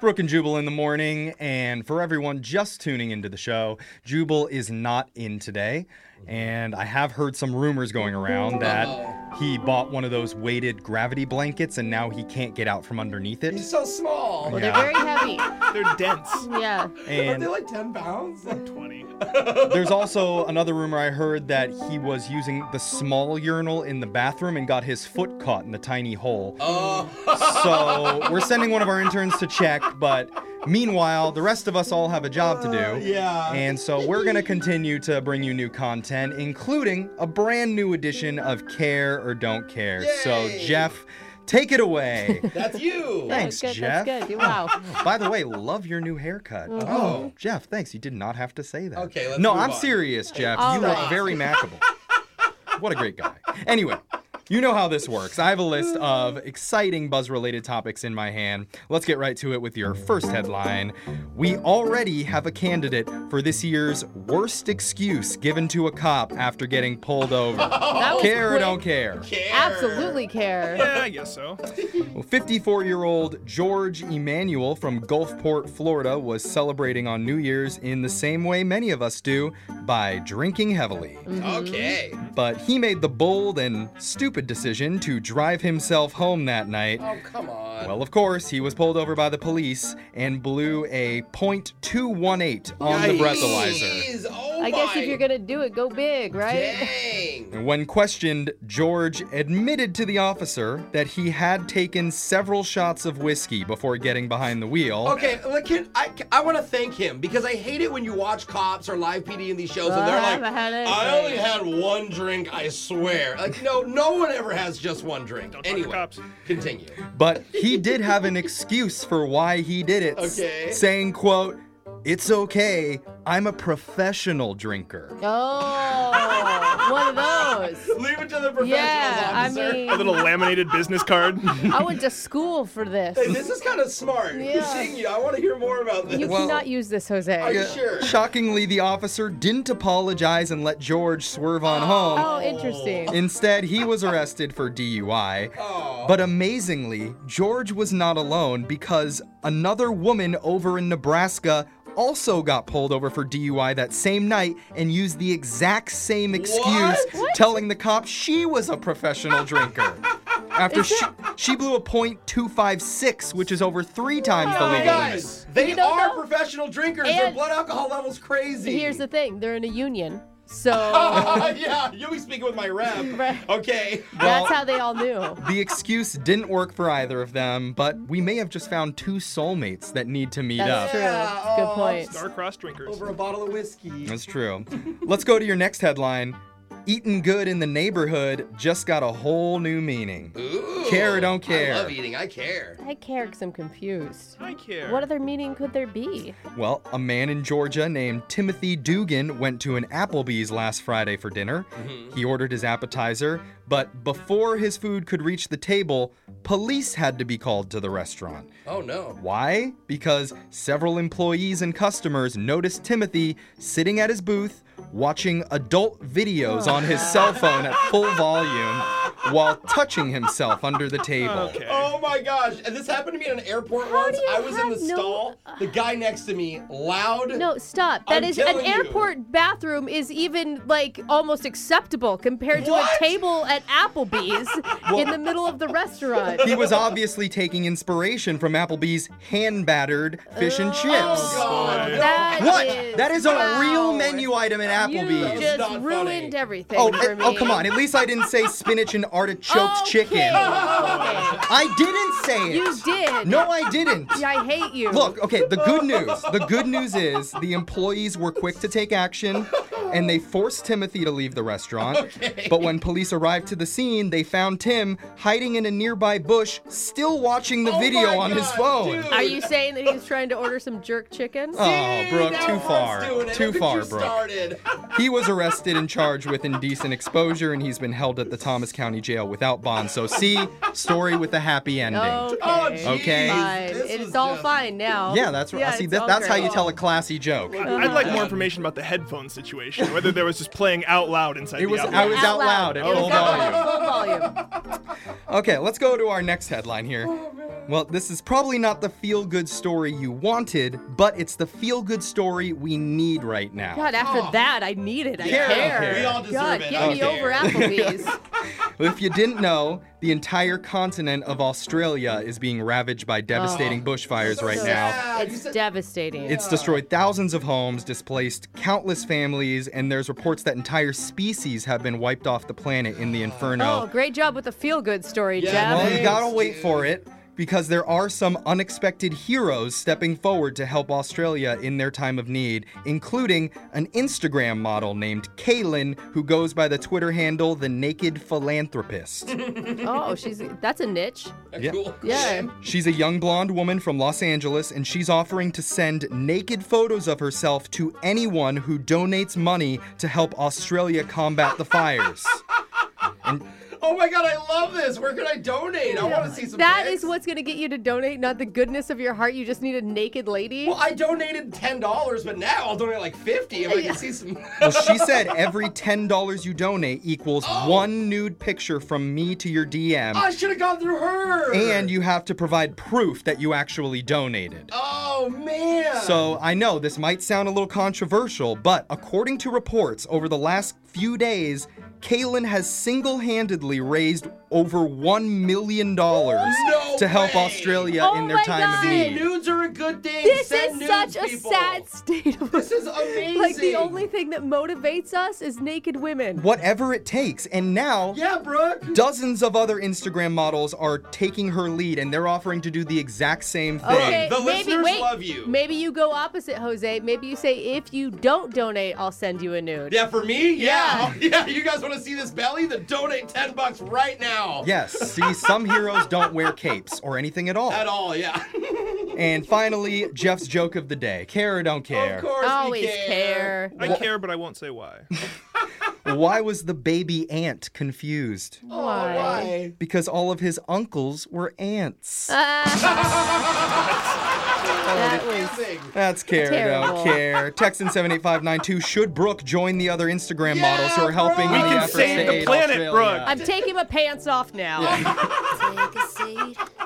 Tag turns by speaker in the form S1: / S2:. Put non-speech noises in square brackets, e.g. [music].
S1: Brooke and Jubal in the morning. And for everyone just tuning into the show, Jubal is not in today. And I have heard some rumors going around that he bought one of those weighted gravity blankets and now he can't get out from underneath it.
S2: He's so small.
S1: Yeah.
S2: Are
S3: Oh, They're very heavy.
S4: They're dense.
S3: Yeah.
S1: [laughs]
S2: they
S1: And
S2: like 10 pounds? Like,
S1: [laughs]
S4: 20.
S1: there's also another rumor I heard that he was using the small urinal in the bathroom and got his foot caught in the tiny hole.
S2: oh.
S1: So we're sending one of our interns to check, but meanwhile, the rest of us all have a job to
S2: [laughs] Uh,
S1: do.
S2: yeah.
S1: And so we're going to continue to bring you new content, including a brand new edition of Care or Don't Care. So,
S2: Yay!
S1: Jeff, take it away.
S2: That's you.
S1: Thanks.
S3: That's good. That's
S1: Jeff.
S3: good. Wow.
S1: By the way, love your new haircut.
S2: Oh.
S1: Jeff, thanks. You did not have to say that.
S2: Okay, let's
S1: No,
S2: move
S1: I'm
S2: on.
S1: serious, Jeff.
S3: All
S1: you look
S3: right.
S1: very
S2: [laughs]
S1: matchable. what a great guy. Anyway, you know how this works. I have a list of exciting buzz related topics in my hand. Let's get right to it with your first headline. We already have a candidate for this year's worst excuse given to a cop after getting pulled
S2: [laughs] Oh,
S1: over.
S3: That was
S1: care or
S3: quick.
S1: don't care.
S2: Care.
S3: Absolutely care.
S4: Yeah, I guess so.
S1: 54 year old George Emanuel from Gulfport, Florida, was celebrating on New Year's in the same way many of us do by drinking heavily.
S2: Mm. Okay.
S1: But he made the bold and stupid decision to drive himself home that night.
S2: Oh, come on.
S1: Well, of course, he was pulled over by the police and blew a .218 on the
S2: Yikes.
S1: breathalyzer.
S2: Jeez, oh
S3: I guess
S2: my
S3: if you're gonna do it, go big, right?
S2: Dang.
S1: And When questioned, George admitted to the officer that he had taken several shots of whiskey before getting behind the wheel.
S2: Okay, look, can, I, I want to thank him because I hate it when you watch cops or live PD in these shows and they're
S3: Well, Oh, I
S2: like,
S3: haven't had it.
S2: I only had one drink, I swear. Like, no, no one ever has just one drink.
S4: Don't talk to
S2: anyway,
S4: cops.
S2: continue.
S1: But he did have an excuse for why he did it, s-
S2: Okay.
S1: saying, quote, it's okay, I'm a professional drinker.
S3: Oh, one
S2: [laughs]
S3: of those.
S2: Leave it to the professionals,
S3: Yeah, I
S2: officer.
S3: mean,
S4: A little laminated business card. [laughs]
S3: I went to school for this.
S2: Hey, this is kind of smart.
S3: Yeah.
S2: Continue. I want to hear more about this.
S3: You
S1: Well-
S3: cannot use this, Jose.
S2: Yeah. Sure.
S1: Shockingly, the officer didn't apologize and let George swerve on home.
S3: Oh, interesting.
S1: Instead, he was arrested for DUI.
S2: Oh.
S1: But amazingly, George was not alone because another woman over in Nebraska also got pulled over for DUI that same night and used the exact same excuse,
S3: What?
S1: telling the cop she was a professional drinker. After
S3: Is
S1: she, she blew a .256, which is over three times the
S3: Wow.
S1: legal limit.
S2: Guys, they
S3: You don't
S2: are
S3: know?
S2: professional drinkers. Their
S3: And-
S2: blood alcohol level's crazy.
S3: Here's the thing: they're in a union, so
S2: [laughs] yeah, you'll be speaking with my rep.
S3: [laughs] Right.
S2: Okay.
S1: Well-
S3: that's how they all knew.
S1: The excuse didn't work for either of them, but we may have just found two soulmates that need to meet up.
S3: That's true.
S2: Yeah,
S3: Good
S2: oh,
S3: point.
S4: Star-crossed drinkers.
S2: Over a bottle of whiskey.
S1: That's true. Let's go to your next headline. Eating good in the neighborhood just got a whole new meaning.
S2: Ooh,
S1: Care or don't care?
S2: I love eating. I care.
S3: I care because I'm confused.
S4: I care.
S3: What other meaning could there be?
S1: Well, a man in Georgia named Timothy Dugan went to an Applebee's last Friday for dinner.
S2: Mm-hmm.
S1: He ordered his appetizer, but before his food could reach the table, police had to be called to the restaurant.
S2: Oh no.
S1: Why? Because several employees and customers noticed Timothy sitting at his booth watching adult videos on
S3: Oh.
S1: his cell phone at full volume while touching himself under the table.
S4: Okay.
S2: Oh my gosh! And this happened to me at an airport
S3: How
S2: once.
S3: do you
S2: I was in the
S3: have no- Uh,
S2: stall. The guy next to me, loud.
S3: No, stop. That
S2: I'm
S3: is an
S2: telling you.
S3: airport bathroom is even like almost acceptable compared to
S2: What?
S3: a table at
S2: [laughs]
S3: Applebee's in the middle of the restaurant.
S2: Oh,
S1: He was obviously taking inspiration from Applebee's hand battered fish and chips.
S2: God, no.
S3: Oh, That
S1: What?
S3: is-
S1: that is a
S3: wow.
S1: real menu item at
S3: You
S1: Applebee's.
S2: It's
S3: just
S2: not
S3: ruined
S2: funny.
S3: everything
S1: oh,
S3: for
S1: eh,
S3: me.
S1: oh, come on. At least I didn't say spinach and artichoke
S3: Okay,
S1: chicken.
S3: okay.
S1: I didn't say it.
S3: [laughs] You did.
S1: No, I didn't.
S3: I hate you.
S1: Look, okay, the good news. The good news is the employees were quick to take action and they forced Timothy to leave the restaurant.
S2: Okay.
S1: But when police arrived to the scene, they found Tim hiding in a nearby bush, still watching the
S2: Oh
S1: video
S2: my
S1: on his
S2: God,
S1: phone.
S2: dude.
S3: Are you saying that he was trying to order some jerk chicken?
S1: Oh, Brooke,
S2: Now
S1: too
S2: Brooke's
S1: far.
S2: doing it.
S1: Too
S2: Look at
S1: far,
S2: you
S1: Brooke.
S2: Started.
S1: He was arrested and charged with indecent exposure, and he's been held at the Thomas County Jail without bond. So, see, story with a happy ending.
S3: Okay.
S2: Oh, geez.
S1: Okay.
S3: Fine.
S2: This was
S3: It's all
S2: just-
S3: fine now.
S1: Yeah, that's right. see,
S3: it's
S1: that,
S3: all
S1: that's how
S3: great.
S1: you tell a classy joke.
S2: oh,
S4: I'd like more information about the headphone situation. Whether there was just playing out loud inside
S1: It
S4: the
S1: was
S4: outlet.
S1: I was out loud at
S3: It was
S1: full
S3: out loud at full volume. Oh,
S1: Okay, let's go to our next headline here. Well, this is probably not the feel good story you wanted, but it's the feel good story we need right now.
S3: God, after
S2: Oh.
S3: that, I need it. I
S1: Yeah,
S3: care.
S1: okay. We
S2: all deserve
S3: God,
S2: it.
S3: get
S2: I
S3: me
S2: care. [laughs]
S3: over Applebee's.
S1: if you didn't know, the entire continent of Australia is being ravaged by devastating bushfires right
S3: Oh. So
S1: now.
S2: sad. You
S3: It's
S2: said-
S3: devastating.
S1: It's destroyed thousands of homes, displaced countless families, and there's reports that entire species have been wiped off the planet in the inferno.
S3: Oh, great job with the feel good story,
S2: Yeah,
S3: Jeff.
S1: Well,
S2: Thanks,
S1: you gotta wait
S2: dude.
S1: for it because there are some unexpected heroes stepping forward to help Australia in their time of need, including an Instagram model named Kaylin, who goes by the Twitter handle The Naked Philanthropist.
S2: [laughs]
S3: Oh, she's that's a niche.
S1: Yeah.
S2: Cool.
S3: Yeah.
S1: she's a young blonde woman from Los Angeles, and she's offering to send naked photos of herself to anyone who donates money to help Australia combat the fires.
S2: Oh my god, I love this. Where can I donate? I want to see some.
S3: That
S2: pics.
S3: is what's gonna get you to donate, not the goodness of your heart. You just need a naked lady.
S2: Well, I donated ten dollars, but now I'll donate like fifty if I can see some. [laughs]
S1: Well, she said every $10 you donate equals one nude picture from me to your DM.
S2: I should have gone through her.
S1: And you have to provide proof that you actually donated.
S2: Oh man.
S1: So I know this might sound a little controversial, but according to reports over the last few days, Kaylin has single handedly raised over $1 million
S2: No
S1: to help
S2: way.
S1: Australia
S3: Oh
S1: in their
S3: my
S1: time
S3: God.
S1: of
S2: Hey,
S1: need.
S2: nudes are a good thing.
S3: this
S2: Send
S3: is
S2: nudes,
S3: such a
S2: people.
S3: sad state of
S2: This is amazing.
S3: [laughs] like the only thing that motivates us is naked women.
S1: Whatever it takes. And now.
S2: Yeah, Brooke.
S1: Dozens of other Instagram models are taking her lead and they're offering to do the exact same thing.
S3: Okay,
S2: The
S3: maybe
S2: listeners
S3: wait.
S2: love you.
S3: Maybe you go opposite, Jose. Maybe you say if you don't donate, I'll send you a nude.
S2: Yeah, for me. Yeah. [laughs] Yeah. You guys want to see this belly? Then donate ten bucks right now.
S1: Yes, see, some heroes don't wear capes or anything at all.
S2: At all. Yeah. [laughs]
S1: And finally, Jeff's joke of the day. Care or don't care?
S2: of course. we
S3: Always care.
S4: I care, but I won't say why.
S1: Why was the baby ant confused?
S2: Oh,
S3: Why?
S2: [laughs] why?
S1: Because all of his uncles were ants.
S3: Uh, that was
S2: Amazing.
S1: That's care,
S3: terrible.
S1: don't care. Texan 78592. Should Brooke join the other Instagram models who are helping
S2: Brooke!
S1: in
S2: We
S1: the
S2: can
S1: effort
S4: save
S1: to
S4: the
S1: aid
S4: planet,
S1: Australia?
S4: Brooke.
S3: I'm taking my pants off now.
S5: Take a seat.